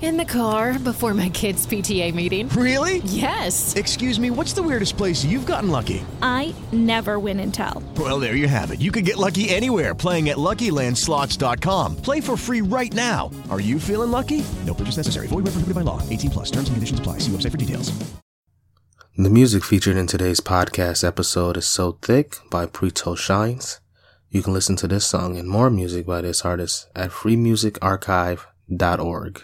In the car before my kids' PTA meeting. Really? Yes. Excuse me, what's the weirdest place you've gotten lucky? I never win and tell. Well, there you have it. You can get lucky anywhere playing at LuckyLandSlots.com. Play for free right now. Are you feeling lucky? No purchase necessary. Void where prohibited by law. 18 plus. Terms and conditions apply. See website for details. The music featured in today's podcast episode is So Thick by Preto Shines. You can listen to this song and more music by this artist at freemusicarchive.org.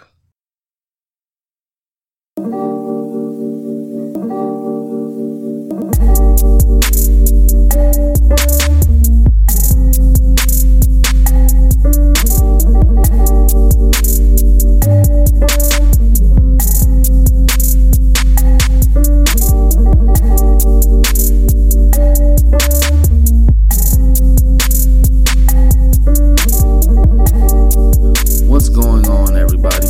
What's going on, everybody?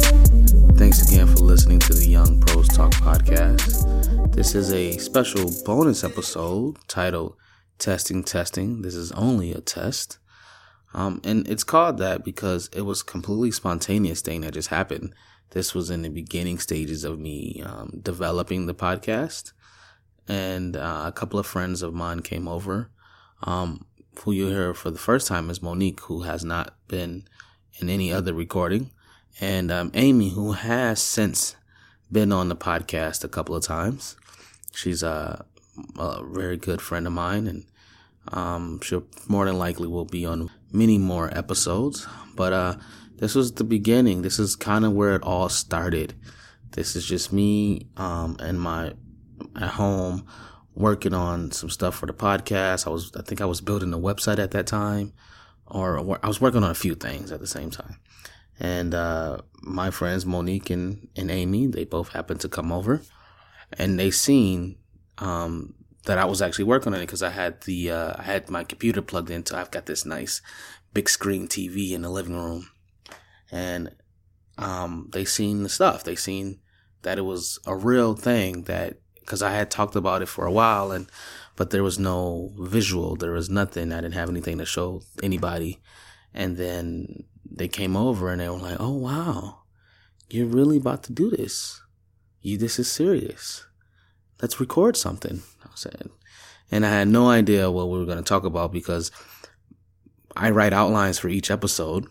Thanks again for listening to the Young Pros Talk podcast. This is a special bonus episode titled Testing Testing. This is only a test. Um, and it's called that because it was completely spontaneous thing that just happened. This was in the beginning stages of me um, developing the podcast. And uh, a couple of friends of mine came over. Um, who you hear for the first time is Monique, who has not been in any other recording, and um, Amy, who has since been on the podcast a couple of times. She's a, a very good friend of mine, and um, she more than likely will be on many more episodes. But uh, this was the beginning. This is kind of where it all started. This is just me um, and my at home working on some stuff for the podcast. I was, I think, I was building a website at that time or wor- I was working on a few things at the same time. And uh, my friends Monique and, and Amy, they both happened to come over, and they seen um, that I was actually working on it because I had the uh, I had my computer plugged into. I've got this nice big screen TV in the living room, and um, they seen the stuff. They seen that it was a real thing that because I had talked about it for a while and but there was no visual. There was nothing. I didn't have anything to show anybody. And then they came over and they were like, "Oh wow, you're really about to do this. You this is serious. Let's record something." I said, and I had no idea what we were going to talk about because I write outlines for each episode,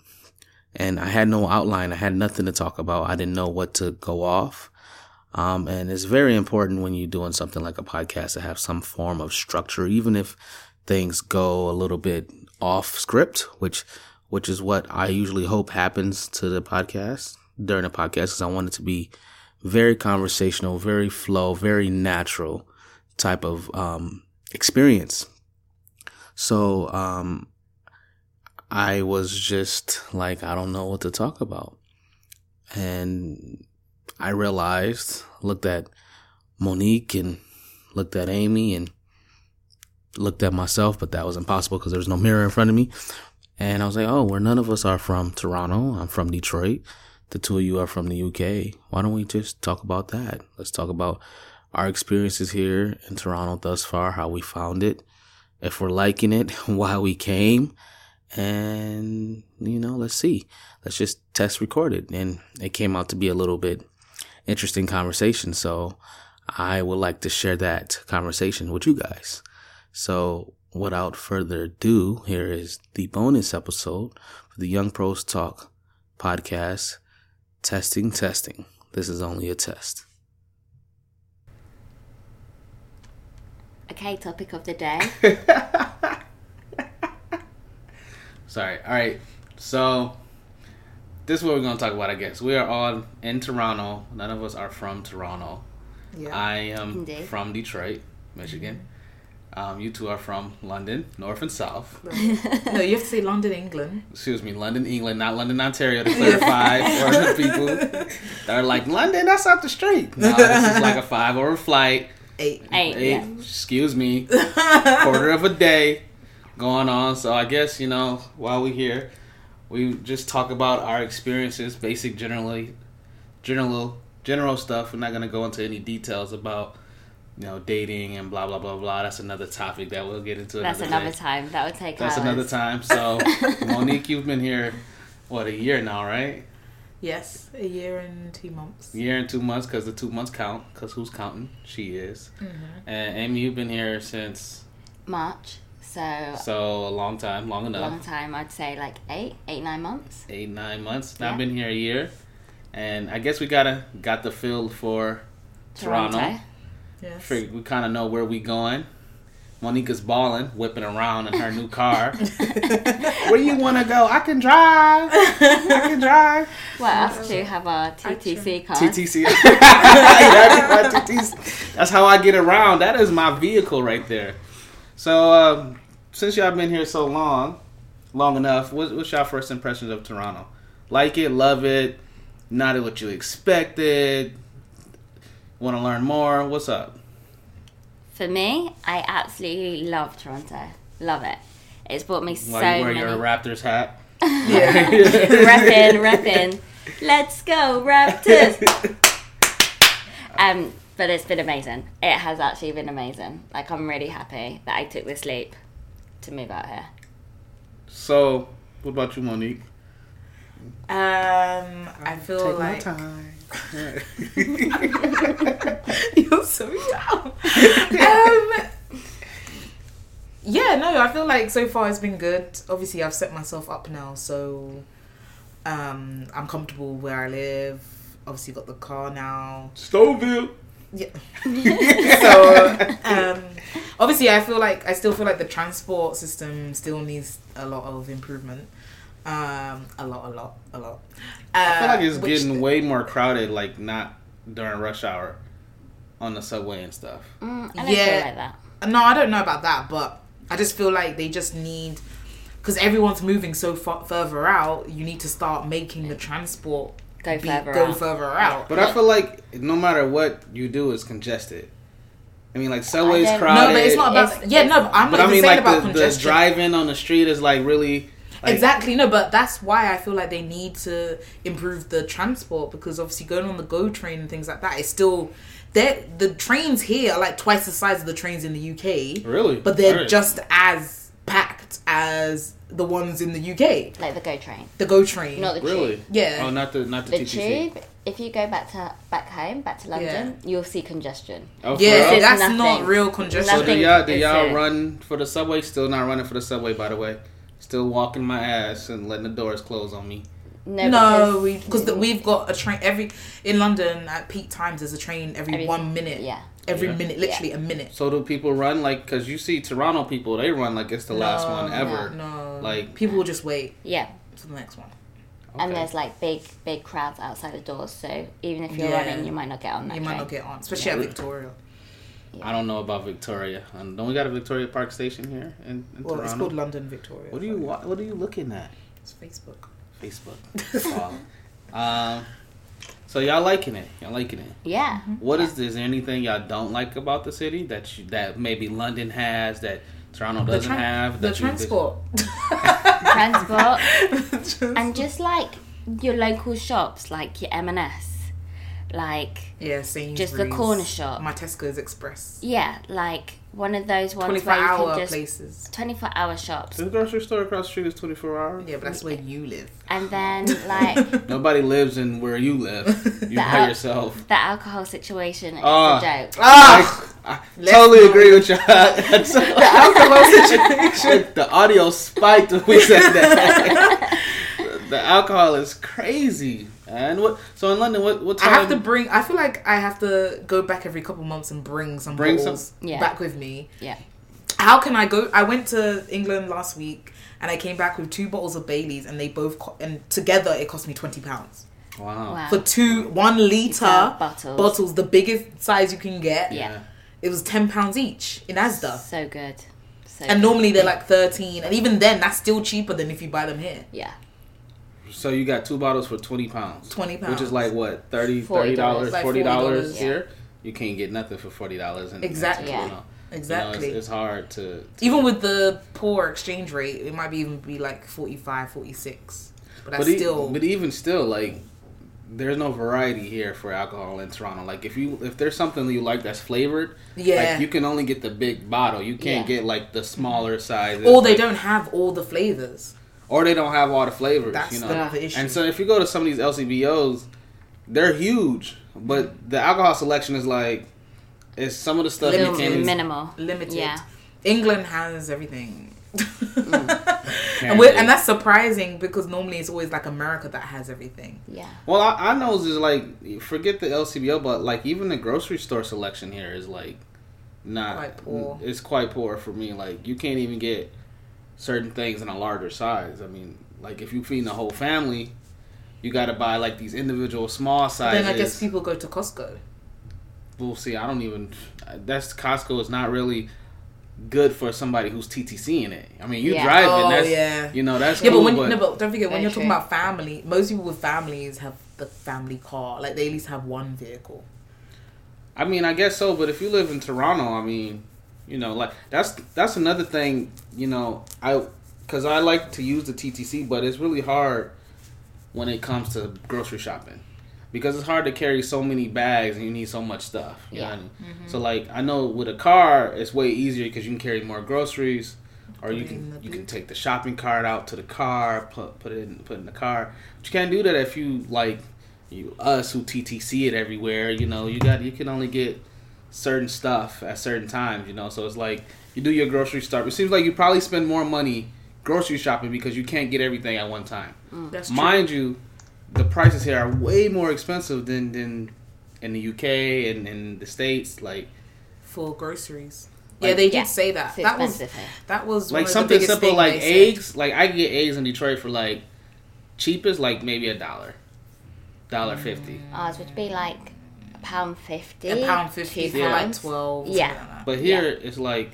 and I had no outline. I had nothing to talk about. I didn't know what to go off. Um, and it's very important when you're doing something like a podcast to have some form of structure, even if things go a little bit off script, which, which is what I usually hope happens to the podcast during the podcast, because I want it to be very conversational, very flow, very natural type of, um, experience. So, um, I was just like, I don't know what to talk about. And I realized, looked at Monique and looked at Amy and looked at myself, but that was impossible because there was no mirror in front of me. And I was like, oh, well, none of us are from Toronto. I'm from Detroit. The two of you are from the UK. Why don't we just talk about that? Let's talk about our experiences here in Toronto thus far, how we found it, if we're liking it, why we came. And, you know, let's see. Let's just test record it. And it came out to be a little bit interesting conversation. So I would like to share that conversation with you guys. So without further ado, here is the bonus episode for the Young Pros Talk podcast. Testing, testing. This is only a test. Okay, topic of the day. Sorry. All right. So this is what we're going to talk about, I guess. We are all in Toronto. None of us are from Toronto. I am Indeed. from Detroit, Michigan. Um, you two are from London, North and South. No, Oh, you have to say London, England. Excuse me, London, England, not London, Ontario, to clarify for the people that are like, London, that's up the street. No, this is like a five hour flight. Eight. Eight, Hey, yeah. excuse me, quarter of a day going on. So I guess you know while we're here, we just talk about our experiences, basic generally, general general stuff. We're not gonna go into any details about you know dating and blah blah blah blah. That's another topic that we'll get into. That's another another day. time. That would take That's hours. another time. So Monique, you've been here what a year now, right? Yes, a year and two months. Year and two months because the two months count. Because who's counting? She is. Mm-hmm. And Amy, you've been here since March. So, so a long time, long enough. long time. I'd say like eight, eight, nine months. eight nine months. Now I've Yeah. been here a year, and I guess we gotta got the feel for Toronto. Toronto. Yes. Fig- We kind of know where we going. Monica's balling, whipping around in her new car. where you want to go? I can drive. I can drive. Well, us two have our TTC card. TTC. Yeah, I got my TTC. That's how I get around. That is my vehicle right there. So um, since y'all been here so long, long enough, what, what's y'all first impressions of Toronto? Like it, love it, not what you expected. Want to learn more? What's up? For me, I absolutely love Toronto. Love it. It's brought me so While you wear many. your Raptors hat. repping, repping. Let's go, Raptors. um, but it's been amazing. It has actually been amazing. Like I'm really happy that I took this leap to move out here. So, what about you, Monique? Um, I feel like time. You're so dumb. um, yeah, no, I feel like so far it's been good. Obviously, I've set myself up now, so um, I'm comfortable where I live. Obviously, got the car now. Stouffville. Yeah. so, um, obviously, I feel like I still feel like the transport system still needs a lot of improvement. Um, a lot, a lot, a lot. Uh, I feel like it's which- getting way more crowded, like not during rush hour on the subway and stuff. Mm, I don't Yeah. feel like that. No, I don't know about that, but I just feel like they just need because everyone's moving so far further out. You need to start making the transport Go further go out. further out. But I feel like no matter what you do, it's congested. I mean, like subway's I don't- crowded. no, but it's not about It's- yeah. it's- No, but I'm But not I even mean, saying like about the, the congestion. driving on the street is like really like, exactly no, but that's why I feel like they need to improve the transport because obviously going on the GO train and things like that is still that the trains here are like twice the size of the trains in the UK. Really? but they're Alright. just as packed as the ones in the UK. Like the go train, The GO train, not the really. tube. Yeah. Oh, not the not the, The TTC. tube. If you go back to back home, back to London, you'll see congestion. Oh, for Yeah, real? There's that's nothing. not real congestion. So do Nothing y'all do is y'all it. run for the subway? Still not running for the subway, by the way. Still walking my ass and letting the doors close on me. No, No, because- we because we've got a train every in London at peak times. There's a train every, Every- one minute. yeah. every minute, literally a minute. So do people run like? Cause you see Toronto people, they run like it's the last one ever. No, Like people will just wait yeah. for the next one. And Okay. there's like big, big crowds outside the doors, so even if you're Yeah. running, you might not get on that You might train. not get on, especially at Victoria. I don't know about Victoria. Um, don't we got a Victoria Park station here in, in Well, Toronto? it's called London Victoria. what are you wa- What are you looking at? It's Facebook. Facebook. Oh. um, so y'all liking it? Y'all liking it? Yeah. What is is there anything y'all don't like about the city that you, that maybe London has that Toronto The, doesn't tran- have? the that you- transport. transport and just like your local shops like your m&s like yeah, Sainsbury's. Just the corner shop. My Tesco's Express. yeah like one of those ones Twenty-four where you can hour just places. 24 hour shops The grocery store across the street is twenty four hours. Yeah, but that's where you live. and then like the Nobody lives in where you live. You by That- yourself. alcohol situation is Ah. a joke I, I totally agree with you. the alcohol situation. The audio spiked when we said that. the alcohol is crazy. And what? So in London, what what I time? have to bring. I feel like I have to go back every couple months and bring some Bring some- bottles Yeah. back with me. yeah How can I go? I went to England last week and I came back with two bottles of Bailey's and they both co- and together it cost me twenty pounds wow. wow for two one liter Liter bottles. the biggest size you can get. yeah it was ten pounds each in ASDA, so good so and good. normally they're like thirteen, and even then that's still cheaper than if you buy them here. yeah So you got two bottles for twenty pounds. 20 which is pounds. like what 30 $40, dollars, like forty dollars $40, here. You can't get nothing for forty dollars. Exactly. Yeah. Exactly. it's, it's hard to, to- Even with the poor exchange rate, it might be even be like 45, 46. but that's but, e- still but even still, like there's no variety here for alcohol in Toronto. Like if you if there's something that you like that's flavored, Yeah. like you can only get the big bottle. You can't Yeah. get like the smaller sizes. Or they don't have all the flavors. or they don't have all the flavors. That's you know? the other issue. And so if you go to some of these LCBOs, they're huge, but the alcohol selection is like it's some of the stuff you Limited. can Minimal. Limited. Yeah. England has everything. and, we and that's surprising because normally it's always like America that has everything. Yeah. Well, I, I know is like forget the LCBO, but like even the grocery store selection here is like not Quite poor. It's quite poor for me. Like you can't even get certain things in a larger size. I mean, like if you feed the whole family, you got to buy like these individual small sizes. Then I guess people go to Costco. we'll see. I don't even. That's Costco is not really good for somebody who's TTC in it. I mean, you Yeah. driving. Oh, that's, yeah. You know that's Yeah, cool, but when but- no, but don't forget Very when you're talking true. about family, most people with families have the family car. Like they at least have one vehicle. I mean, I guess so. But if you live in Toronto, I mean, you know, like that's that's another thing. You know, I because I like to use the TTC, but it's really hard when it comes to grocery shopping because it's hard to carry so many bags and you need so much stuff. You know what I mean? So like, I know with a car, it's way easier because you can carry more groceries. Or you can you can take the shopping cart out to the car, put put it in, put it in the car. But you can't do that if you like you us who TTC it everywhere, you know, you got you can only get certain stuff at certain times, you know. So it's like you do your grocery stop. It seems like you probably spend more money grocery shopping because you can't get everything at one time. That's Mind you, the prices here are way more expensive than than in the UK and in the states. Like for groceries. yeah, they did say that. It's that was expensive here. that was like one of the something biggest simple thing like they said. eggs. Like I can get eggs in Detroit for like cheapest, like maybe a dollar, dollar fifty. Mm. Ours would be like a pound fifty. A pound fifty two for like pounds. twelve. Yeah. something like that. But here it's like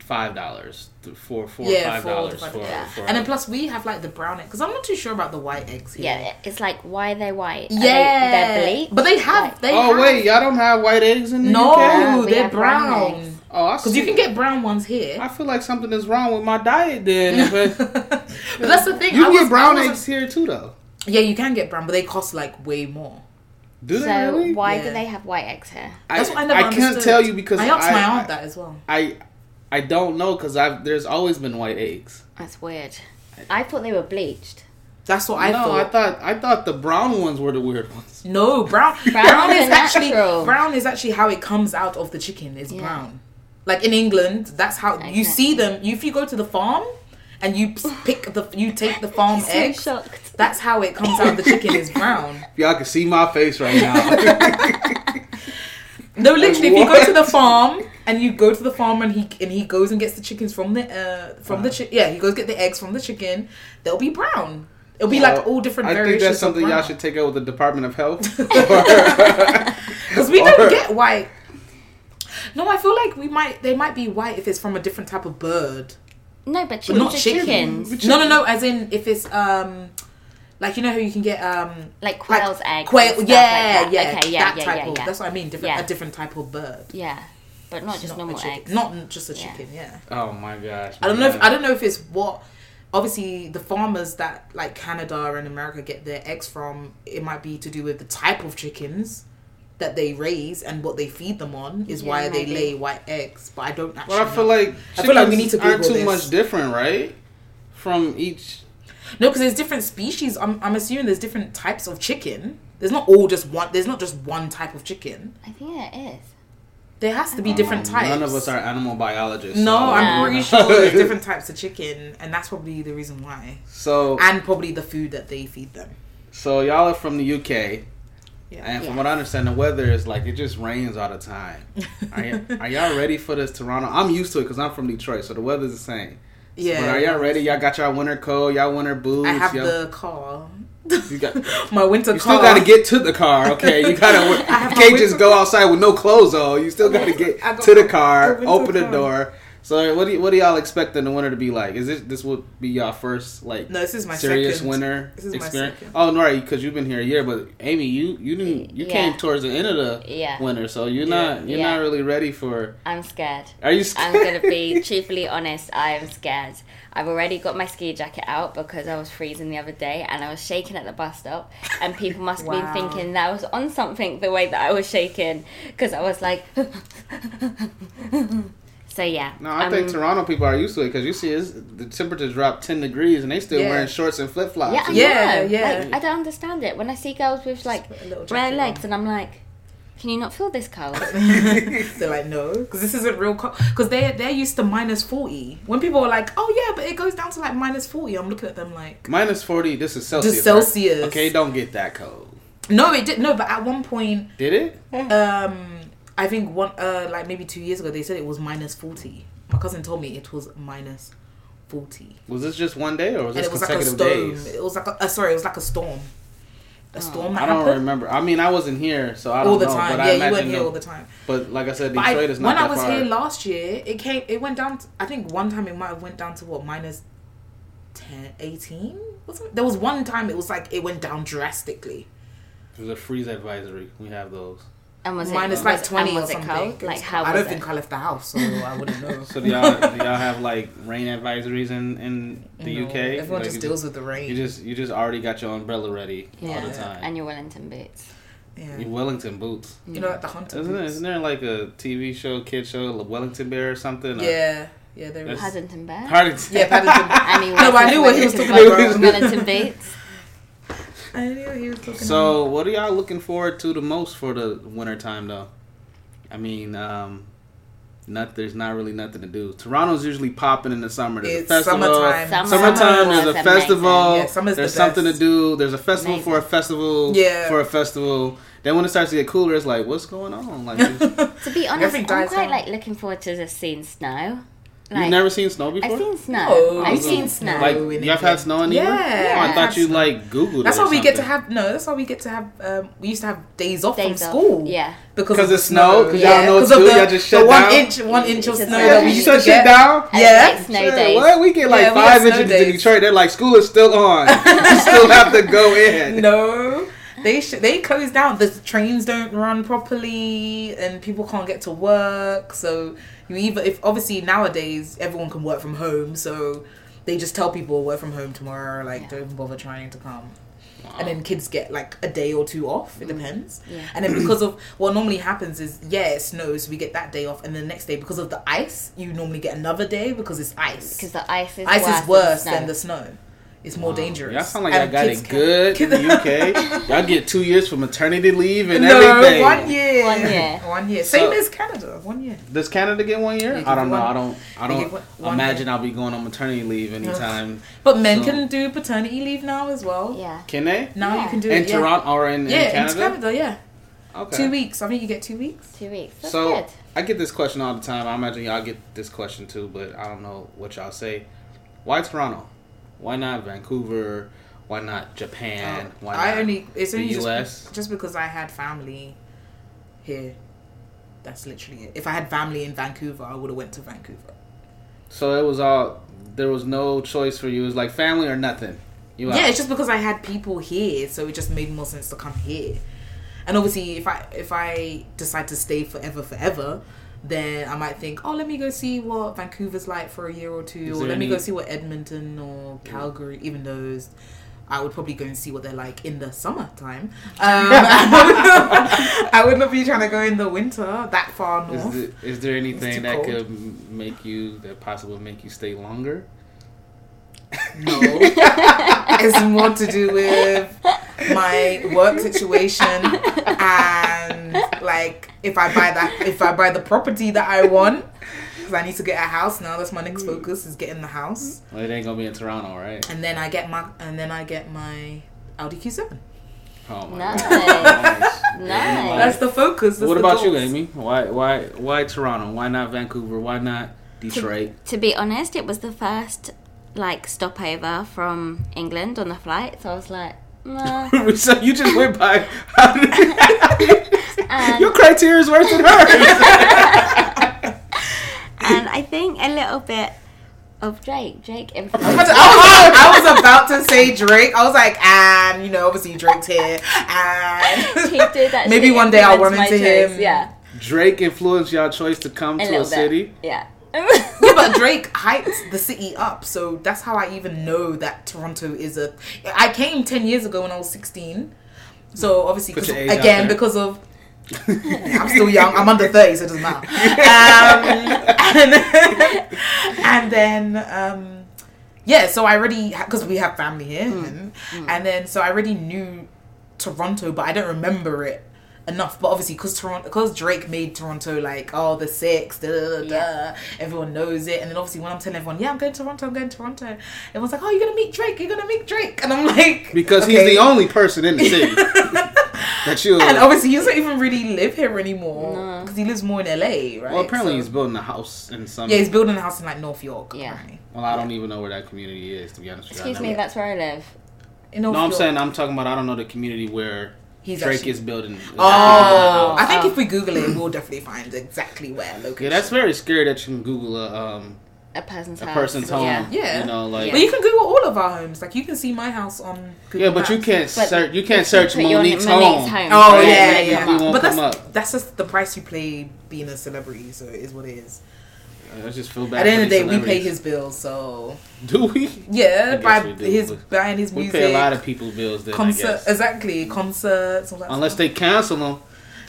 five dollars, four, four, Yeah, five four to dollars five for, dollars. for. And then plus we have like the brown egg because I'm not too sure about the white eggs here. Yeah, it's like why are they white? Are yeah, they, they're bleached. But they have. They oh have- wait, y'all don't have white eggs in the no, UK? we they're have brown brown. eggs. Oh, I Because you see. can get brown ones here. I feel like something is wrong with my diet then. But But that's the thing. you I can was- get brown I wasn't- eggs here too, though. Yeah, you can get brown, but they cost like way more. Do they so really? why Yeah. do they have white eggs here? I, That's what I never I can't understood. tell you because I asked I, my aunt I- that as well. I, I don't know because I've there's always been white eggs. That's weird. I thought they were bleached. That's what I no, thought. I thought I thought the brown ones were the weird ones. No, brown. Brown, is is a actually natural. brown is actually how it comes out of the chicken. It's Yeah. brown. Like in England, that's how you see them. If you go to the farm and you p- pick the, you take the farm egg. shocked. That's how it comes out of the chicken is brown. If y'all can see my face right now. No, literally, if you go What? to the farm and you go to the farm and he and he goes and gets the chickens from the uh from the chi- yeah he goes get the eggs from the chicken, they'll be brown. It'll be like all different. I think variations that's something of y'all brown. should take out with the Department of Health. Because we don't get white. No, I feel like we might. They might be white if it's from a different type of bird. No, but But chickens not are chicken. chickens. No, no, no. As in, if it's um, like you know how you can get um, Like quail's eggs and Quail, stuff like yeah, that. yeah, Okay, yeah, that yeah, type yeah, of. yeah. That's what I mean. Different, Yeah. a different type of bird. Yeah, but not just Not normal a chicken. eggs. Not just a chicken. Yeah. oh my gosh! I don't know. If, man. I don't know if it's what. Obviously, the farmers that like Canada and America get their eggs from, it might be to do with the type of chickens that they raise and what they feed them on is why they maybe. lay white eggs. But I don't actually. But I feel know. like I feel like we chickens need to aren't Google too this. much different, right? From each. No, because there's different species. I'm, I'm assuming there's different types of chicken. There's not all just one. There's not just one type of chicken. I think it is. There has to be different types. None of us are animal biologists. No, so- I'm pretty sure there's different types of chicken, and that's probably the reason why. So And probably the food that they feed them. so y'all are from the UK. Yeah. And from what I understand, the weather is like it just rains all the time. Are, y- are y'all ready for this Toronto? I'm used to it because I'm from Detroit, so the weather's the same. Yeah. But are y'all ready? Y'all got y'all winter coat, y'all winter boots. I have y'all- the car. you got, you My winter car. still got to get to the car, okay? You gotta. You I have my can't winter- just go outside with no clothes on. You still gotta get I got to the my- my car, winter open the coat. door, So what do you, what do y'all expect in the winter to be like? Is this this would be y'all first like No, this is my serious second. winter This is my experience? second. Oh no, right, because you've been here a year, but Amy, you you didn't you Yeah. came towards the end of the Yeah. winter, so you're not you're Yeah. not really ready for. I'm scared. Are you? I'm Scared? gonna be truthfully honest. I am scared. I've already got my ski jacket out because I was freezing the other day and I was shaking at the bus stop. And people must have been thinking that I was on something the way that I was shaking because I was like. so yeah. Um, No, I I'm- think Toronto people are used to it because you see, it's, the temperature dropped ten degrees and they still Yeah. wearing shorts and flip flops. Yeah, I Yeah, know. yeah. Like, I don't understand it when I see girls with like put a little bare jacket legs, on. and I'm like, can you not feel this cold? They're like, no, because this isn't real. Because they they're used to minus forty. When people are like, oh yeah, but it goes down to like minus forty. I'm looking at them like, Minus forty. This is Celsius. Just right? Celsius. Okay, don't get that cold. no, it did no. But at one point, Did it? um, I think one uh like maybe two years ago, they said it was minus forty. My cousin told me it was minus forty, Was this just one day or was and this it was like a consecutive storm. days? It was like a, uh, sorry, it was like a storm. A storm that I don't happened remember. I mean, I wasn't here, so I don't all the know, time. But I Yeah, you imagine weren't here the- all the time. But like I said, But I, Detroit is when not I that was far. here last year, it came. It went down. To, I think one time it might have went down to what minus 10, 18? or something. There was one time it was like it went down drastically. There's a freeze advisory. We have those. And was Minus it, like was- twenty and or was it something. cold? It Like was- how was I don't it? think I left the house, so I wouldn't know. So do y'all do y'all have like rain advisories in in the UK? Everyone Like, just you deals with the You rain. just you just already got your umbrella ready all Yeah. the time. and your Wellington boots. yeah. Your Wellington boots. You know, like the hunter. Isn't, it, boots. isn't there like a TV show, kid show, like Wellington Bear or something? Or- Yeah, yeah, there is. That's- Paddington Bear. Paddington. Yeah, Paddington. and he No, wears I his knew what he was Wellington talking boots- about. Wellington boots. I knew he was talking about. So what are y'all looking forward to the most for the winter time though? I mean, um, not there's not really nothing to do. Toronto's usually popping in the summer. There's It's a festival. summertime. Summer. Summertime, Summer there's a is festival. amazing. Yeah, summer's the there's best. something to do. There's a festival Amazing. for a festival. Yeah. For a festival. Then when it starts to get cooler, it's like, what's going on? Like, you've To be honest, Everything I'm dies quite down. like looking forward to just seeing snow. Like, never seen snow before. I've seen snow. No, I've I've seen seen snow. Like, in y'all have had England. snow in England? Yeah, Oh, I I've thought had you snow. like Googled. That's it or how we get to something. have. No, that's how we get to have. Um, we used to have days off Days from off, school. yeah. because 'Cause of the of snow, 'cause y'all know because of too, the- y'all just shut the down. One inch, one inch of It's snow just that we like- used Shut to shit get. down. I Yeah. like snow Shit, days. What? We get like Yeah, we five had snow inches in days. Detroit. They're like, school is still on. you still have to go in. No, they sh- they closed down. The trains don't run properly, and people can't get to work. So you either if obviously nowadays everyone can work from home, so they just tell people work from home tomorrow. Like don't even bother trying to come. And then kids get like a day or two off. Mm. It depends. And then because of what normally happens is yeah, it snows. We get that day off, and the next day because of the ice, you normally get another day because it's ice. Because the ice is ice worse, is worse than, than, the snow. It's more dangerous. Y'all sound like And y'all got kids it can- good in the UK. y'all get two years for maternity leave and No, everything. one year. One year. One year. Same So- as Canada. One year. Does Canada get one year? give I don't you know. one- I don't. I they give don't one- one imagine year. I'll be going on maternity leave anytime. But men So- can do paternity leave now as well. Yeah. Can they? Now Yeah. you can do In it. yeah. Toronto or in, in Yeah, Canada? in Canada. Yeah. Okay. Two weeks. I think you get two weeks. Two weeks. That's so good. I get this question all the time. I imagine y'all get this question too, but I don't know what y'all say. Why Toronto? Why not Vancouver? Why not Japan? Why Um, Oh, I not only. It's the only just, US? just because I had family here. That's literally it. If I had family in Vancouver, I would have went to Vancouver. So it was all. There was no choice for you. It was like family or nothing. You Yeah, out. it's just because I had people here, so it just made more sense to come here. And obviously, if I if I decide to stay forever, forever, then I might think, oh, let me go see what Vancouver's like for a year or two, or there let me any- go see what Edmonton or Calgary, even those. I would probably go and see what they're like in the summertime. Um, I would not be trying to go in the winter that far Is, north. th- is there anything too that cold. could m- make you that possibly make you stay longer? No. it's more to do with my work situation and like if I buy that if I buy the property that I want because I need to get a house now. That's my next focus is getting the house, Well, it ain't gonna be in Toronto, right? and then I get my and then I get my Audi Q7. Oh my Nice. god! Nice. Nice. That's the focus. that's What the about you, goals. Amy? Why, why, why Toronto? Why not Vancouver? Why not Detroit? To be honest, it was the first like stopover from England on the flight, so I was like, nah. so you just went by. How Um, did- Your criteria is worse than hers. and I think a little bit of Drake. Drake I was, influence. I was about to say Drake. I was like, and you know, obviously Drake's here, and he did that. Maybe shit one day I'll run influence into my choice. him. Yeah, Drake influenced y'all choice to come a to little a bit. city. Yeah. Yeah, but Drake hyped the city up, so that's how I even know that Toronto is a. I came ten years ago when I was sixteen, so obviously Put 'cause- your age out again there. because of I'm still young. I'm under thirty, so it doesn't matter. Um, and, and then um, yeah, so I already because we have family here, and, and then so I already knew Toronto, but I don't remember it enough. But obviously, because Toronto, because Drake made Toronto like oh the six, da, da, da, da, everyone knows it. And then obviously, when I'm telling everyone, yeah, I'm going to Toronto, I'm going to Toronto, everyone's like, oh, you're gonna meet Drake, you're gonna meet Drake, and I'm like, Because he's okay. the only person in the city that you. And obviously, he doesn't even really live here anymore because he lives more in LA, right? well, apparently So- he's building a house in some. yeah, he's building a house in like North York. Yeah. apparently. well, I don't even know where that community is. To be honest with you, I Excuse never- me, that's where I live. In North No, I'm York. saying I'm talking about. I don't know the community where He's Drake actually- is building. Oh, I think if we Google it, we'll definitely find exactly where location. Yeah, that's very scary that you can Google a um A person's a house. person's home. Yeah. Yeah. you know, like But you can Google all of our homes. Like you can see my house on. Google yeah, but you Maps. can't But search. You can't if search you put your Monique's, name- Monique's home. home. Oh Right, yeah, it yeah. won't come up. But that's Won't come up. that's just the price you pay being a celebrity. So it is what it is. I just feel At bad. the end for of the day, these we pay celebrities. his bills. So Do we? I yeah, guess by we do, his but buying his We music. pay a lot of people bills. Then I concert guess. exactly concerts. All that Unless stuff. they cancel them.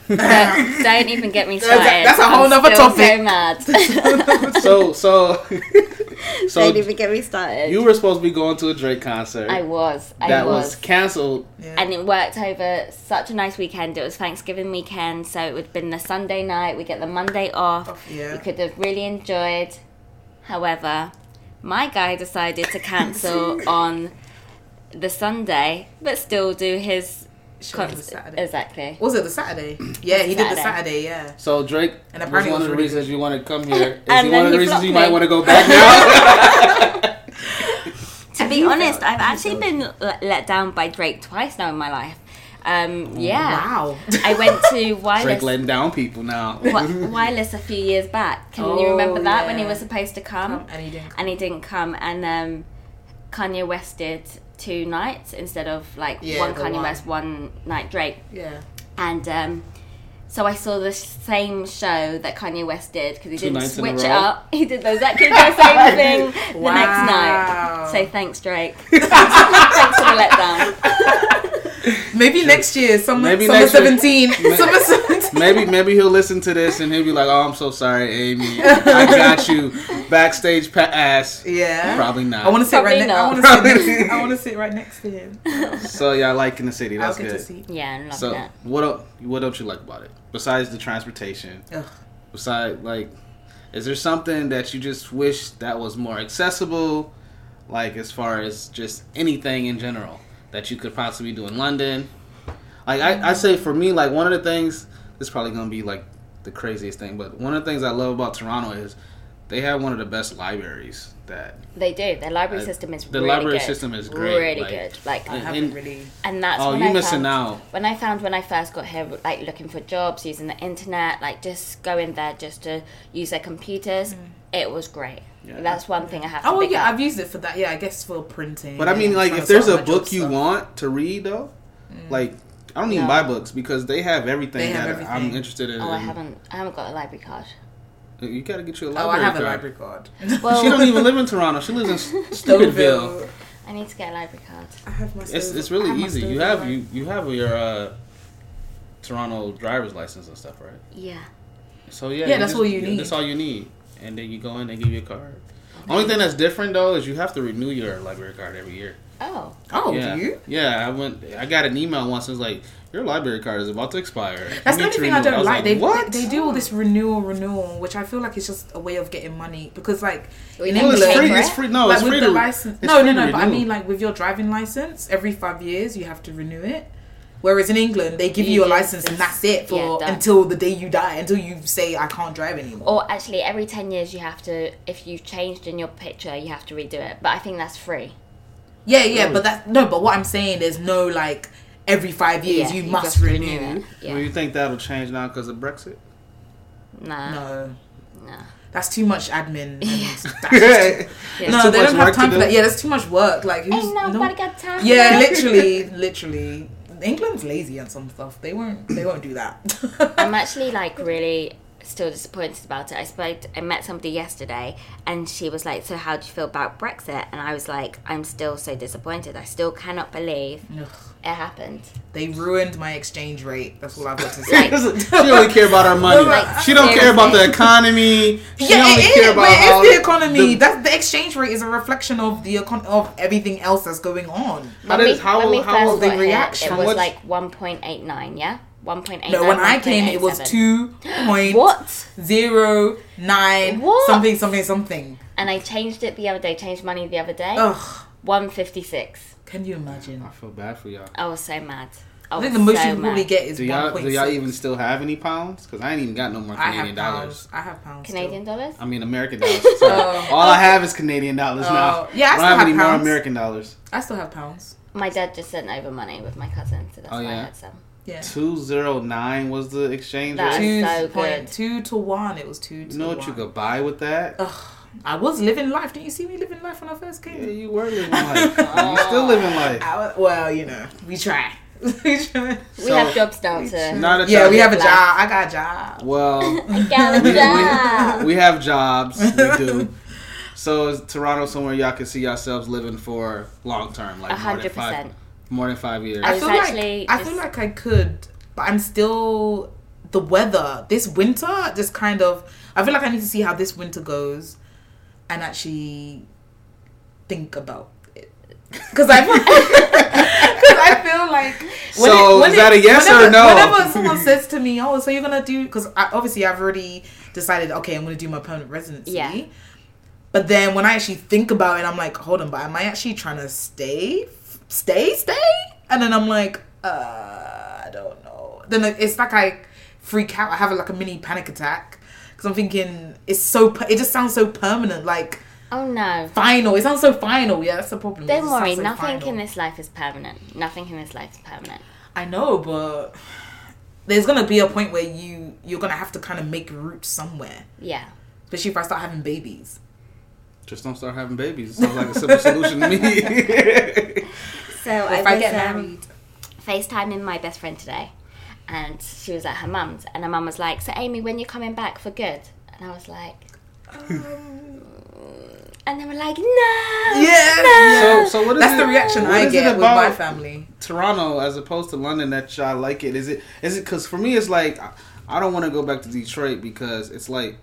Don't, don't even get me That's a- started. that's a whole I'm nother still topic. So mad. So so so don't even get me started. you were supposed to be going to a Drake concert I was. I that was. was. canceled. and it worked over such a nice weekend. It was Thanksgiving weekend, so it would have been the Sunday night. We get the Monday off. yeah. We could have really enjoyed. However, my guy decided to cancel on the Sunday, but still do his Show on the concert. Saturday. Exactly. Was it the Saturday? Yeah, he did the Saturday. Saturday. Yeah. So Drake And was apparently one it was of the really reasons you want to come here. Is And he then one of the he reasons you blocked might me. want to go back now? To be honest, I've actually been l- let down by Drake twice now in my life. Um, yeah. Oh, Wow. I went to Drake Wireless, letting down people now. Wi- Wireless a few years back. Can you Oh, remember that when he yeah. was supposed to come? and he didn't. and he didn't come and um Kanye West did two nights instead of like Yeah, one the Kanye one. West one night Drake Yeah. and um so I saw the same show that Kanye West did because he didn't nights in a switch it row. up. He did the exactly the same thing the next Wow. night. So thanks, Drake. thanks for the letdown. Maybe next year, summer, Maybe summer next year. seventeen, summer seventeen. Maybe maybe he'll listen to this and he'll be like, "Oh, I'm so sorry, Amy. I got you backstage pass." Yeah. Probably I want not. to sit Probably right. Ne- I not. want to sit. Next- I want to sit right next to him. So yeah, I like in the city. I'll That's get to good. see. Yeah, I'm loving So it. what up? What else you like about it? Besides the transportation, Ugh. besides like, is there something that you just wish that was more accessible? Like as far as just anything in general that you could possibly do in London. Like I, I say for me, like one of the things this is probably gonna be like the craziest thing, but one of the things I love about Toronto is they have one of the best libraries that They do. Their library I- system is the really library good. system is great, Really like- good. Like I haven't really. and that's Oh, when you I missing found, out. When I found when I first got here, like looking for jobs, using the internet, like just going there just to use their computers, it was great. That's one thing I have. To Oh well, pick yeah, up. I've used it for that. Yeah, I guess for printing. But I mean, and like, trying if to there's sell a my book job you stuff. Mm. want to read, though, like, I don't even No. buy books because they have everything They have that I'm everything. interested in. Oh, I haven't. I haven't got a library card. You gotta get you a Oh, library. I have card. a library card. Well, Oh. She don't even live in Toronto. She lives in Stupidville. I need to get a library card. I have my. It's stove- it's I have really my easy. stove You have library. you you have your uh, Toronto driver's license and stuff, right? Yeah. So yeah, Yeah, that's all you need. That's all you need, and then you go in and give you a card. Only thing that's different though is you have to renew your library card every year. Oh. Oh, yeah. do you? Yeah, I went. I got an email once. It was like, your library card is about to expire. You That's need the only to thing I renew it." don't was like. They, what? they do all this renewal, renewal, which I feel like it's just a way of getting money because, like, in Well, England, it's free. It's free. No, like it's with free the to license. it's No, free no, to no. But I renew. mean, like with your driving license, every five years you have to renew it. Whereas in England, they give you, You a just- license and that's it yeah, for done. until the day you die, until you say I can't drive anymore. Or actually, every ten years you have to. If you've changed in your picture, you have to redo it. But I think that's free. Yeah, yeah. But that no. But what I'm saying, there's no like every five years Yeah, you, you must just renew renew. it. Yeah. Well, you think that'll change now because of Brexit? Nah. No, That's too much admin. And that's just too- no, too they much don't work have to time for do. that. Yeah, there's too much work. Like, who's Ain't nobody got time for Yeah, that. literally, literally. England's lazy on some stuff. They won't. They won't do that. I'm actually like really still disappointed about it. I spoke, I met somebody yesterday, and she was like, "So how do you feel about Brexit?" And I was like, "I'm still so disappointed. I still cannot believe Ugh. it happened." they ruined my exchange rate. That's all I've got to Like, say. She only care about her money. Like, she don't care about the economy. She Yeah, only it care is, about but how it's the economy. the- That's the exchange rate is a reflection of the econ- of everything else that's going on. How When does we- how when we how first the got here, reaction? It was What's- like 1.89, yeah, 1.89. No, when I came, it was 1.87. two point What? zero nine What? something something something. And I changed it the other day. Changed money the other day. Ugh, 156. can you imagine? I feel bad for y'all. I was so mad. I, I was think the most so you can probably mad. get is Do one y'all point do y'all even still have any pounds? Because I ain't even got no more I Canadian have dollars. pounds. I have pounds. still. Um, Canadian dollars. I mean American dollars. Sorry. All I have is Canadian dollars now. Oh. Yeah, I don't still have have any more pounds. American dollars. I still have pounds. My dad just sent over money with my cousin, so that's Oh, why yeah? I had some. Yeah, Two zero nine was the exchange That's- rate. two so point good. two to one. It was two. To You know what one. you could buy with that? I was living life. Didn't you see me living life when I first came? Yeah, you were living life. you still living life. I was, well, you know, we try. we try. We have jobs down to. Not a Yeah, we have a Life. job. I got a job. Well, Get a job. we have jobs. We do. So is Toronto somewhere y'all can see yourselves living for long term, like more than five, 100%. more than five years. I was feel like actually I feel just- like I could, but I'm still the weather this winter. Just kind of, I feel like I need to see how this winter goes, and actually think about it because I. Because I feel like when So, is that a yes or whenever- no? Whenever someone says to me, "Oh, so you're gonna do," because obviously I've already decided, okay, I'm gonna do my permanent residency. Yeah. But then when I actually think about it, I'm like, hold on, but am I actually trying to stay, stay, stay? And then I'm like, uh, I don't know. Then it- it's like I freak out. I have like a mini panic attack because I'm thinking it's so. per- It just sounds so permanent, like Oh no. final. It sounds so final. Yeah, that's the problem. It Don't just sounds worry, so nothing final. in this life is permanent. Nothing in this life is permanent. I know, but there's gonna be a point where you you're gonna have to kind of make roots somewhere, Yeah. especially if I start having babies. Just don't start having babies. It sounds like a simple solution to me. So I, If I was, get um, married, FaceTiming my best friend today, and she was at her mum's, and her mum was like, "So Amy, when you coming back for good?" And I was like, um, and they were like, "No." yeah, so, so what is that's it- the reaction what I is it get with my about- family. Toronto as opposed to London that y'all like it? Is it is it because for me it's like I- I don't want to go back to Detroit because it's like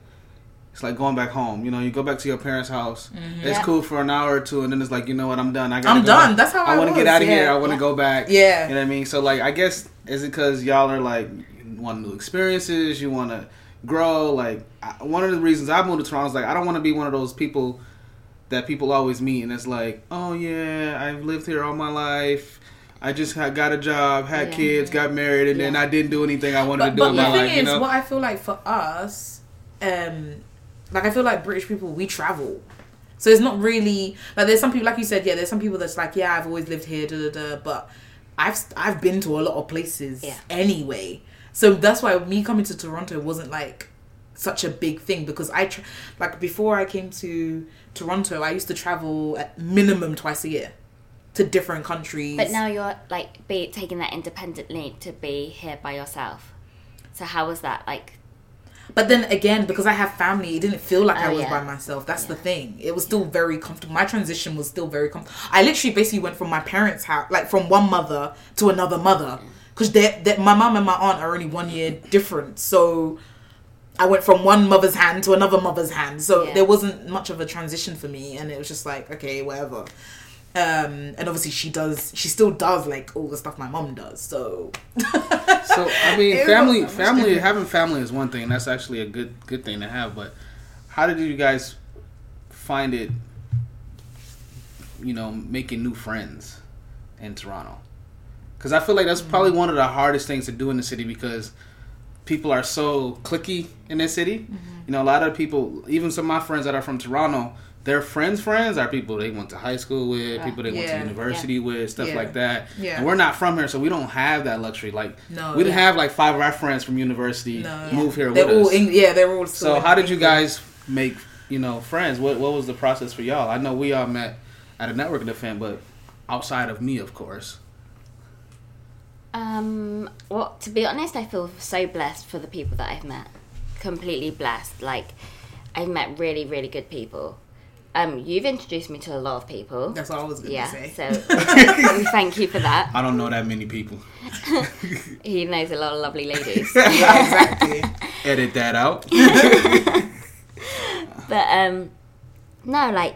it's like going back home. You know, you go back to your parents' house. It's cool for an hour or two, and then it's like you know what, I'm done. I gotta Mm-hmm. I'm go done. back. That's how I wanna get was, out of here. yeah. I want to go back. Yeah. you know what I mean. So like I guess is it because y'all are like you want new experiences? You want to grow? Like I, one of the reasons I moved to Toronto is like I don't want to be one of those people that people always meet, and it's like, oh yeah, I've lived here all my life. I just had, got a job, had kids, got married, and then I didn't do anything I wanted to But, do but in the my thing life. is, you know, what I feel like for us, um, like I feel like British people, we travel. So it's not really like there's some people, like you said, yeah. There's some people that's like, yeah, I've always lived here, da da da. But I've I've been to a lot of places Yeah. anyway. So that's why me coming to Toronto wasn't like such a big thing because I tra- like before I came to Toronto, I used to travel at minimum twice a year to different countries. But now you're like be taking that independent leap to be here by yourself. So how was that like? But then again, because I have family, it didn't feel like I Oh, was yeah. by myself. That's the thing. It was still very comfortable. My transition was still very comfortable. I literally basically went from my parents' house, like from one mother to another mother, because that my mom and my aunt are only one year different. So I went from one mother's hand to another mother's hand. So Yeah. there wasn't much of a transition for me, and it was just like okay, whatever. Um, and obviously she does. She still does like all the stuff my mom does. So so I mean, It family, was so much family, different. having family is one thing. That's actually a good good thing to have. But how did you guys find it? You know, making new friends in Toronto because I feel like that's probably Mm. one of the hardest things to do in the city because people are Mm-hmm. so clicky in this city. You know, a lot of people, even some of my friends that are from Toronto, their friends' friends are people they went to high school with, people they went to Uh, yeah, university with, stuff Yeah. like that. Yeah. And we're not from here, so we don't have that luxury. Like, No. we didn't have like five of our friends from university move here They're with all us. in, yeah, they're all. still So in how did you England. guys make you know friends? What what was the process for y'all? I know we all met at a networking event, but outside of me, of course. Um, well, to be honest, I feel so blessed for the people that I've met. Completely blessed. Like, I've met really, really good people. Um, you've introduced me to a lot of people. That's what I was gonna yeah, say. so thank you for that. I don't know that many people. He knows a lot of lovely ladies. Edit that out. but um no like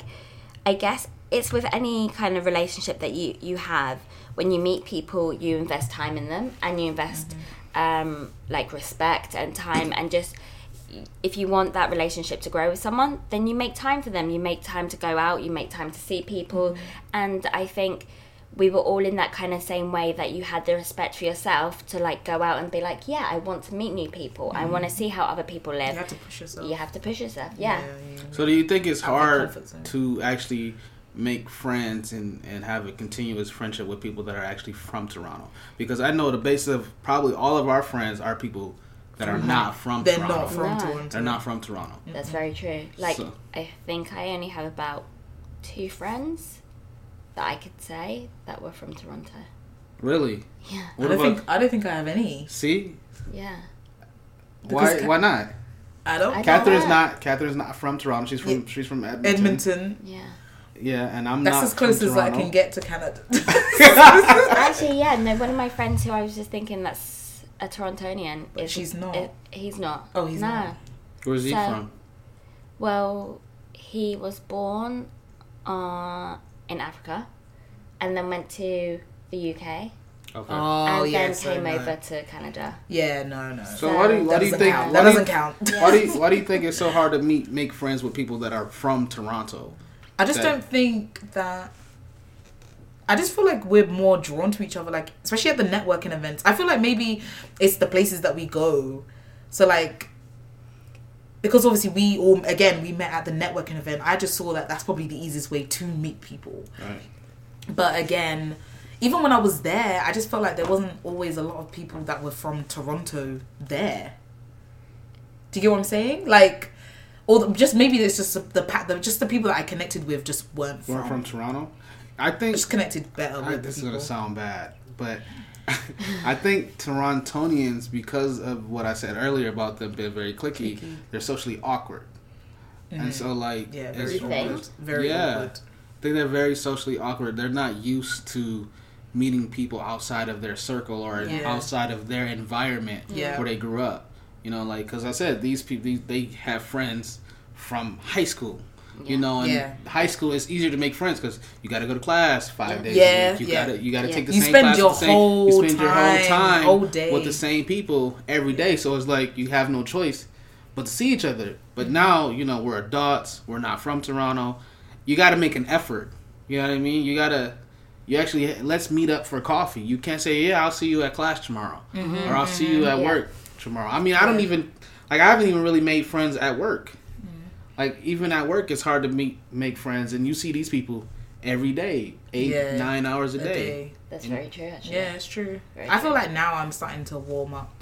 i guess it's with any kind of relationship that you you have when you meet people you invest time in them and you invest Mm-hmm. um like respect and time and just if you want that relationship to grow with someone then you make time for them you make time to go out you make time to see people Mm-hmm. and i think we were all in that kind of same way that you had the respect for yourself to like go out and be like yeah i want to meet new people i want to see how other people live Mm-hmm. You have to push yourself. you have to push yourself yeah, So do you think it's my hard comfort zone. to actually make friends and, and have a continuous friendship with people that are actually from Toronto? Because I know the basis of probably all of our friends are people that are not from They're Toronto. not from No. Toronto. They're not from Toronto. That's very true. Like So- I think I only have about two friends that I could say that were from Toronto. Really? Yeah. I What don't about think I don't think I have any. see? Yeah. Why Because Ca- why not? I don't. I don't- Catherine's know. not Catherine's not from Toronto. She's from she's from Edmonton. Edmonton. Yeah. Yeah, and I'm That's not as close from as I Toronto. can get to Canada. Actually, yeah, no, one of my friends who I was just thinking that's a Torontonian is she's not. i- he's not. Oh, he's no. not. Where's he So- from? Well, he was born uh, in Africa and then went to the UK Okay. oh and yeah, then so came no. over to Canada. Yeah, no, no. so why do you, why that do you doesn't think count. why That do you- doesn't count. why do you, why do you think it's so hard to meet make friends with people that are from Toronto? I just Okay. don't think that. I just feel like we're more drawn to each other, like especially at the networking events. I feel like maybe it's the places that we go. So like, because obviously we all again we met at the networking event. I just saw that that's probably the easiest way to meet people. Right. But again, even when I was there, I just felt like there wasn't always a lot of people that were from Toronto there. Do you get what I'm saying? Like, or the- just maybe it's just the, the pa- the just the people that I connected with just weren't from. We're from Toronto. I think just connected better I, with this is people. gonna sound bad, but I think Torontonians, because of what I said earlier about them being very clicky, they're socially awkward, and so like Mm-hmm. yeah, it's- very think? awkward. Very yeah, awkward. I think they're very socially awkward. They're not used to meeting people outside of their circle or Yeah. outside of their environment Yeah. where they grew up. You know, like because I said these people these, they have friends from high school. You know, and Yeah. high school is easier to make friends because you got to go to class five days Yeah, a week. You yeah. gotta you gotta Yeah. take the You same spend class your with the same, whole you spend your whole time, time whole with day. the same people every day. So it's like you have no choice but to see each other. Mm-hmm. But now you know we're adults. We're not from Toronto. You got to make an effort. You know what I mean? You gotta. You actually let's meet up for coffee. You can't say yeah I'll see you at class tomorrow Mm-hmm. or I'll see you at work tomorrow. I mean I don't even like I haven't even really made friends at work. Mm-hmm. Like even at work it's hard to meet make friends and you see these people every day eight Yeah, nine hours a, A day. day. That's very true actually. Yeah, it's true. Very I feel true. like now I'm starting to warm up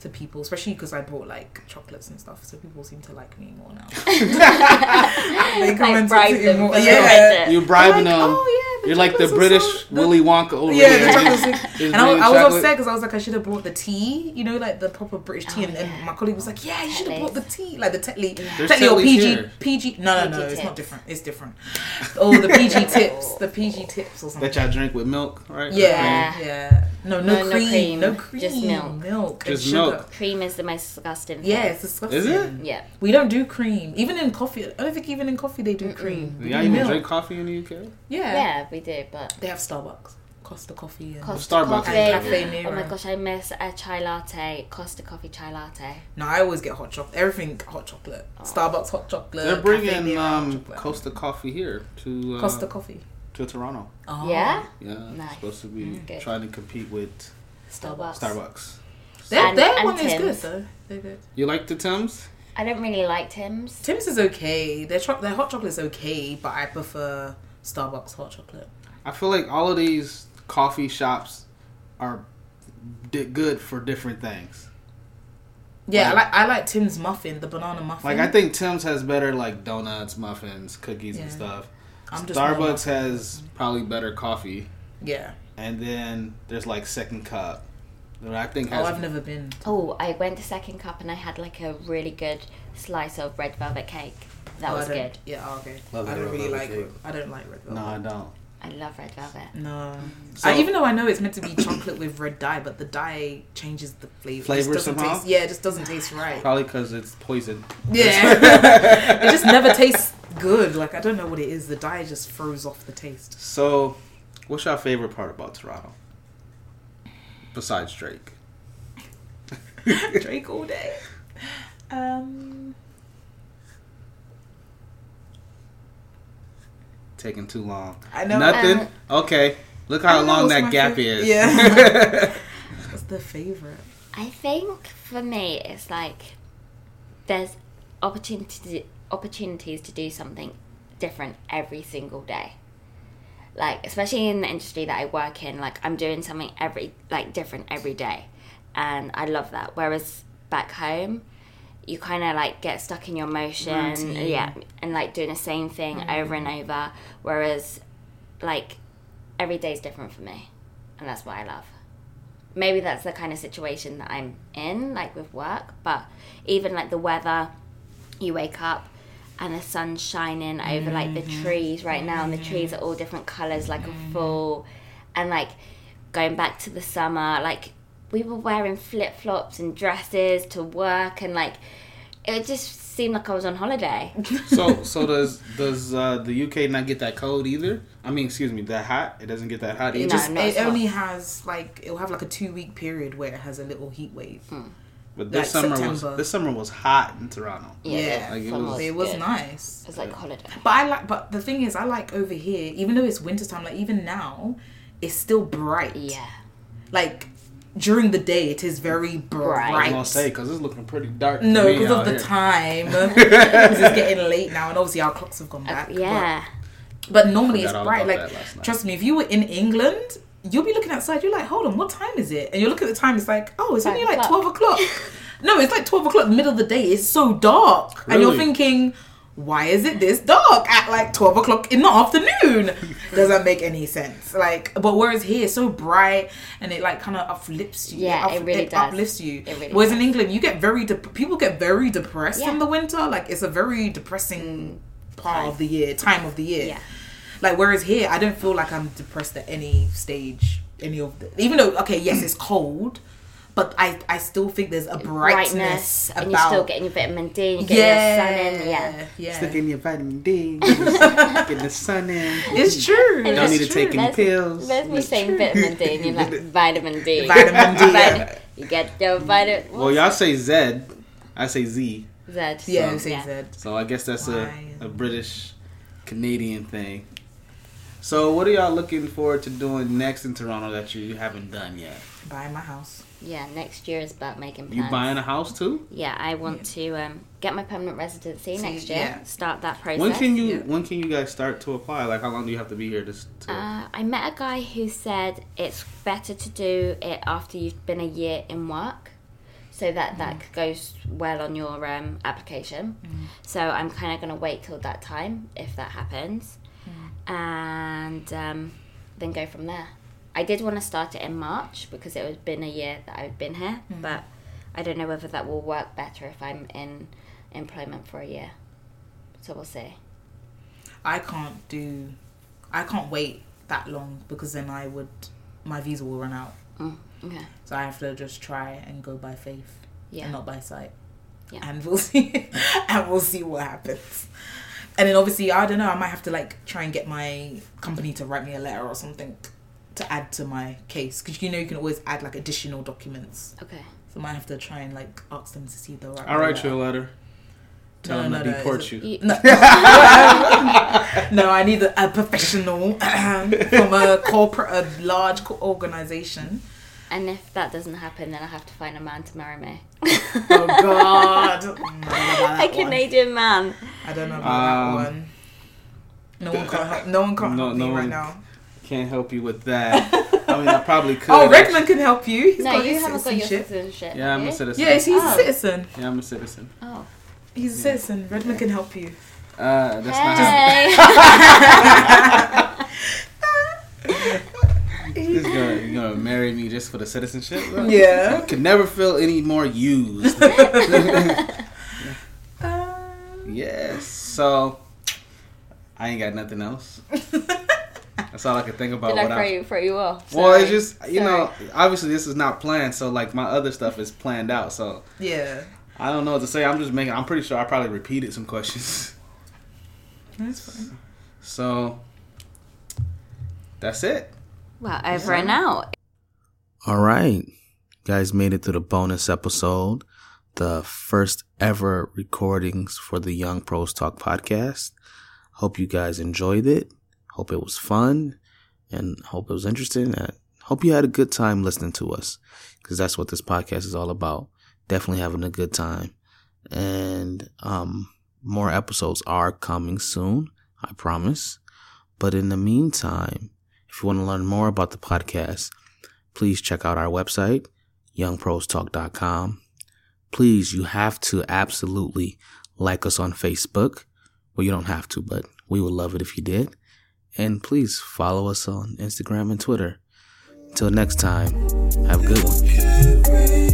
to people, especially because I bought like chocolates and stuff, so people seem to like me more now. they come Like and talk bribe to you them more. for the Yeah. friendship. You're bribing Like, them. oh, yeah, the You're like the chocolates are British so- the- Willy Wonka over Yeah, there. the chocolates. Just and bringing I, was- I was chocolate. upset because I was like, I should have brought the tea, you know, like the proper British tea. and, and Oh, yeah. my colleague was like, Yeah, you should have brought the tea, like the Tetley, There's Tetley or Tetleys PG, here. PG. No, no, PG no, it's tips. not different. It's different. Oh, the PG tips, the PG tips or something. That y'all drink with milk, right? Yeah, yeah. Yeah. No, no, No, no cream, cream. no cream, Just milk. milk, and Just sugar. milk. Cream is the most disgusting. thing. Yeah, it's disgusting. Is it? Yeah. We don't do cream, even in coffee. I don't think even in coffee they do cream. Do We y'all do even milk. drink coffee in the UK? Yeah. Yeah, we do, but they have Starbucks, Costa Coffee, and Costa Starbucks. coffee. And Cafe Nero. Oh my gosh, I miss a chai latte, Costa coffee chai latte. no, I always get hot chocolate. Everything hot chocolate, Oh. Starbucks hot chocolate. They're Cafe bringing Nero hot um, chocolate. Costa coffee here to uh, Costa Coffee. to Toronto. Oh. Yeah, Yeah, Nice. it's supposed to be Mm, Good. trying to compete with Starbucks. Starbucks. Their, And- their and one is Tim's. good though. They're good. You like the Thames? I don't really like Tim's. Tim's is okay. Their cho- their hot chocolate's okay, but I prefer Starbucks hot chocolate. I feel like all of these coffee shops are di- good for different things. Yeah, I like I like Tim's muffin, the banana muffin. Like I think Tim's has better like donuts, muffins, cookies, and Yeah. stuff. I'm just more Starbucks has probably better coffee, yeah. and then there's like Second Cup. that I think Oh, has I've never been. Oh, I went to Second Cup and I had like a really good slice of red velvet cake. That Oh, I was don't- good. Yeah, oh, okay. Love I it, don't really love like. it. I don't like red velvet. no, I don't. I love red velvet. No. So- I, even though I know it's meant to be chocolate with red dye, but the dye changes the flavor. It just Flavor doesn't somehow? Taste, yeah, it just doesn't taste right. Probably because it's poison. Yeah. it just never tastes good. Like, I don't know what it is. The dye just throws off the taste. So, what's your favorite part about Toronto? Besides Drake, Drake all day. Um, taking too long. I know. Nothing. Um, okay, look how know long what's that my gap fav- is. Yeah. What's the favorite? I think for me, it's like there's opportunity opportunities to do something different every single day. Like especially in the industry that I work in, like I'm doing something every like different every day, and I love that. Whereas back home, you kind of like get stuck in your motion, yeah, and like doing the same thing over and over. Whereas like every day's different for me, and that's what I love maybe that's the kind of situation that I'm in, like with work, but even like the weather, you wake up and the sun's shining over like the Mm-hmm. trees right now, and the trees are all different colors, like a full, and like going back to the summer, like we were wearing flip flops and dresses to work, and like it just seemed like I was on holiday. So, so does does uh, the UK not get that cold either? I mean, excuse me, that hot? It doesn't get that hot either. No, Just, not it as only has, like, it'll have like a two week period where it has a little heat wave. Hmm. but this like summer was September. this summer was hot in Toronto. Yeah. Like, it summer was- It was good. nice. It was like holiday. But I like. But the thing is, I like over here. Even though it's winter time, like even now, it's still bright. Yeah. Like during the day, it is very bright. I'm gonna say because it's looking pretty dark. no, to me because of out the here. time. 'Cause it's getting late now, and obviously our clocks have gone back. Uh, Yeah. But, but normally Forgot it's all bright. about that Like last night. trust me, if you were in England. You'll be looking outside. You're like, hold on, what time is it? And you look at the time. It's like, oh, it's only Five like o'clock. twelve o'clock. no, it's like twelve o'clock, middle of the day. It's so dark, and you're Really? thinking, why is it this dark at like 12 o'clock in the afternoon doesn't make any sense like but whereas here it's so bright and it like kind of uplifts you Yeah, it really does. uplifts you It really whereas in does. england you get very dep people get very depressed Yeah. in the winter like it's a very depressing part of the year time of the year Yeah. like whereas here i don't feel like i'm depressed at any stage any of the even though okay yes it's cold but i i still think there's a brightness, Brightness, about and you're still getting your vitamin D, and you're getting your sun in, yeah. yeah. Getting your vitamin D, getting the sun in. It's true. Don't need to That's take any That's- pills. That's me saying vitamin D, and you're like vitamin D. Vitamin D, Vit- you get your vitamin. Well, y'all say Z, I say Z. Zed. Yeah, it says that. So I guess that's a, Why? a British Canadian thing. So what are y'all looking forward to doing next in Toronto that you haven't done yet? Buy my house. Yeah, next year is about making plans. You buying a house too? Yeah, I want to um, get my permanent residency next year. yeah. Start that process. When can you when can you guys start to apply? Like how long do you have to be here to, s- to Uh, I met a guy who said it's better to do it after you've been a year in work, so that that goes well on your um, application. So I'm kind of going to wait till that time if that happens, and um, then go from there. I did want to start it in March because it had been a year that I've been here, but I don't know whether that will work better if I'm in employment for a year. So we'll see. I can't do. I can't wait that long because then I would. My visa will run out. Mm, Okay. So I have to just try and go by faith Yeah. and not by sight. Yeah. And we'll see. and we'll see what happens. And then obviously, I don't know. I might have to like try and get my company to write me a letter or something to add to my case because you know you can always add like additional documents. Okay. So I might have to try and like ask them to see if they'll write. me a All right, letter. your letter. Tell No, them no, to no, deport it's- you. You- No, I need a, a professional from a corporate, a large co- organization And if that doesn't happen, then I have to find a man to marry me. Oh God, Mm, I don't know about a that one. Canadian man. I don't know about Um, that one. No one can't help. No one can't No- help no me one- right now. Can't help you with that. I mean, I probably could. Oh, Redman can help you. He's No, got you his haven't got your citizenship. citizenship. Yeah, have I'm you? a citizen. Yes, he's a Oh. citizen. Yeah, I'm a citizen. Oh. He's a citizen. Redman can help you. Uh, that's not how Hey. This girl, you gonna marry me just for the citizenship? Bro? Yeah. I could never feel any more used. Uh, yes. So I ain't got nothing else. That's all I could think about. Did I what I- throw you, throw you off? well, it's Sorry. just you know, obviously this is not planned. So like my other stuff is planned out. So Yeah. I don't know what to say. I'm just making. I'm pretty sure I probably repeated some questions. So that's it. Well, I've run out. All right. Guys, made it to the bonus episode, the first ever recordings for the Young Pros Talk podcast. Hope you guys enjoyed it. Hope it was fun and hope it was interesting. And hope you had a good time listening to us because that's what this podcast is all about. Definitely having a good time. And um, more episodes are coming soon, I promise. But in the meantime, if you want to learn more about the podcast, please check out our website, youngprostalk.com. Please, you have to absolutely like us on Facebook. Well, you don't have to, but we would love it if you did. And please follow us on Instagram and Twitter. Until next time, have a good one.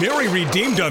Mary redeemed a